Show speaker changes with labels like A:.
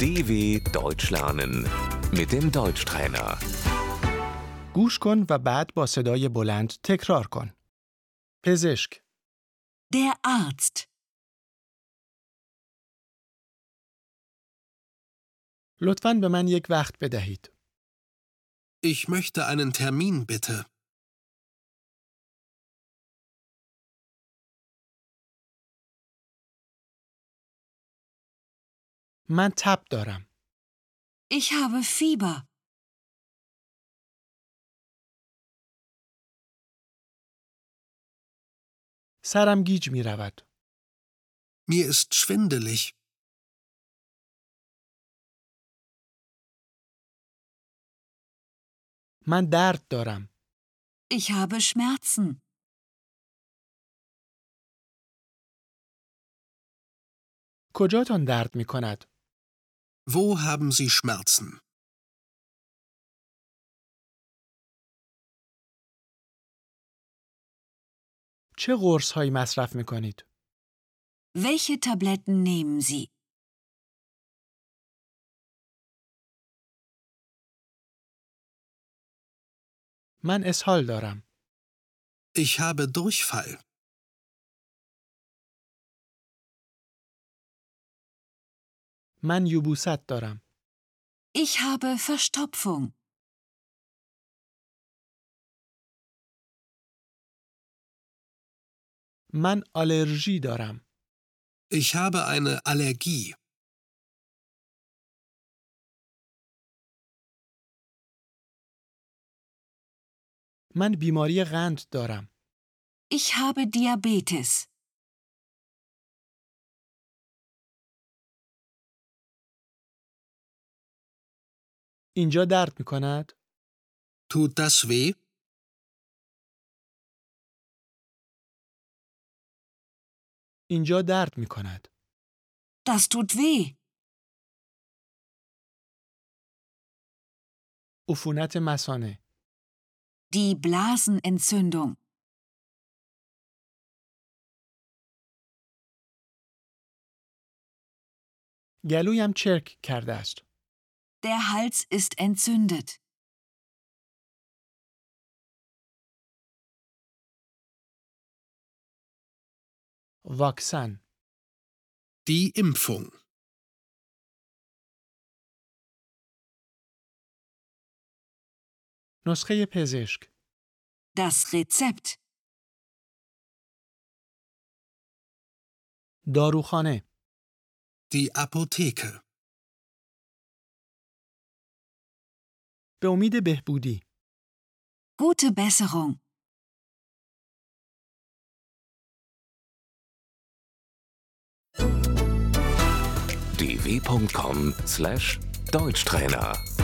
A: DW Deutsch lernen mit dem Deutschtrainer.
B: گوش کن و بعد با صدای بلند تکرار کن. پزشک،
C: Der Arzt.
B: لطفاً به من یک وقت بدهید.
D: Ich möchte einen Termin bitte.
B: من تب دارم.
C: Ich habe Fieber.
B: سرم گیج می رود.
D: Mir ist schwindelig.
B: من درد دارم.
C: Ich habe Schmerzen.
B: کجاتان درد می کند؟
D: Wo haben Sie Schmerzen?
B: چه قرص هایی مصرف می کنید؟
C: Welche Tabletten nehmen Sie?
B: من اسهال دارم.
D: Ich habe Durchfall.
B: من یبوست دارم.
C: Ich habe Verstopfung.
B: من آلرژی دارم.
D: Ich habe eine Allergie.
B: من بیماری قند دارم.
C: Ich habe Diabetes.
B: اینجا درد می کند؟
D: Tut das weh?
B: اینجا درد می کند.
C: Das tut weh.
B: عفونت مسانه.
C: Die Blasenentzündung.
B: گلویم چرک کرده است.
C: Der Hals ist entzündet.
B: واکسن.
D: Die Impfung.
B: نسخه پزشک.
C: Das Rezept.
B: داروخانه.
D: Die Apotheke.
B: به امید بهبودی.
C: Gute Besserung.
A: dw.com/deutschtrainer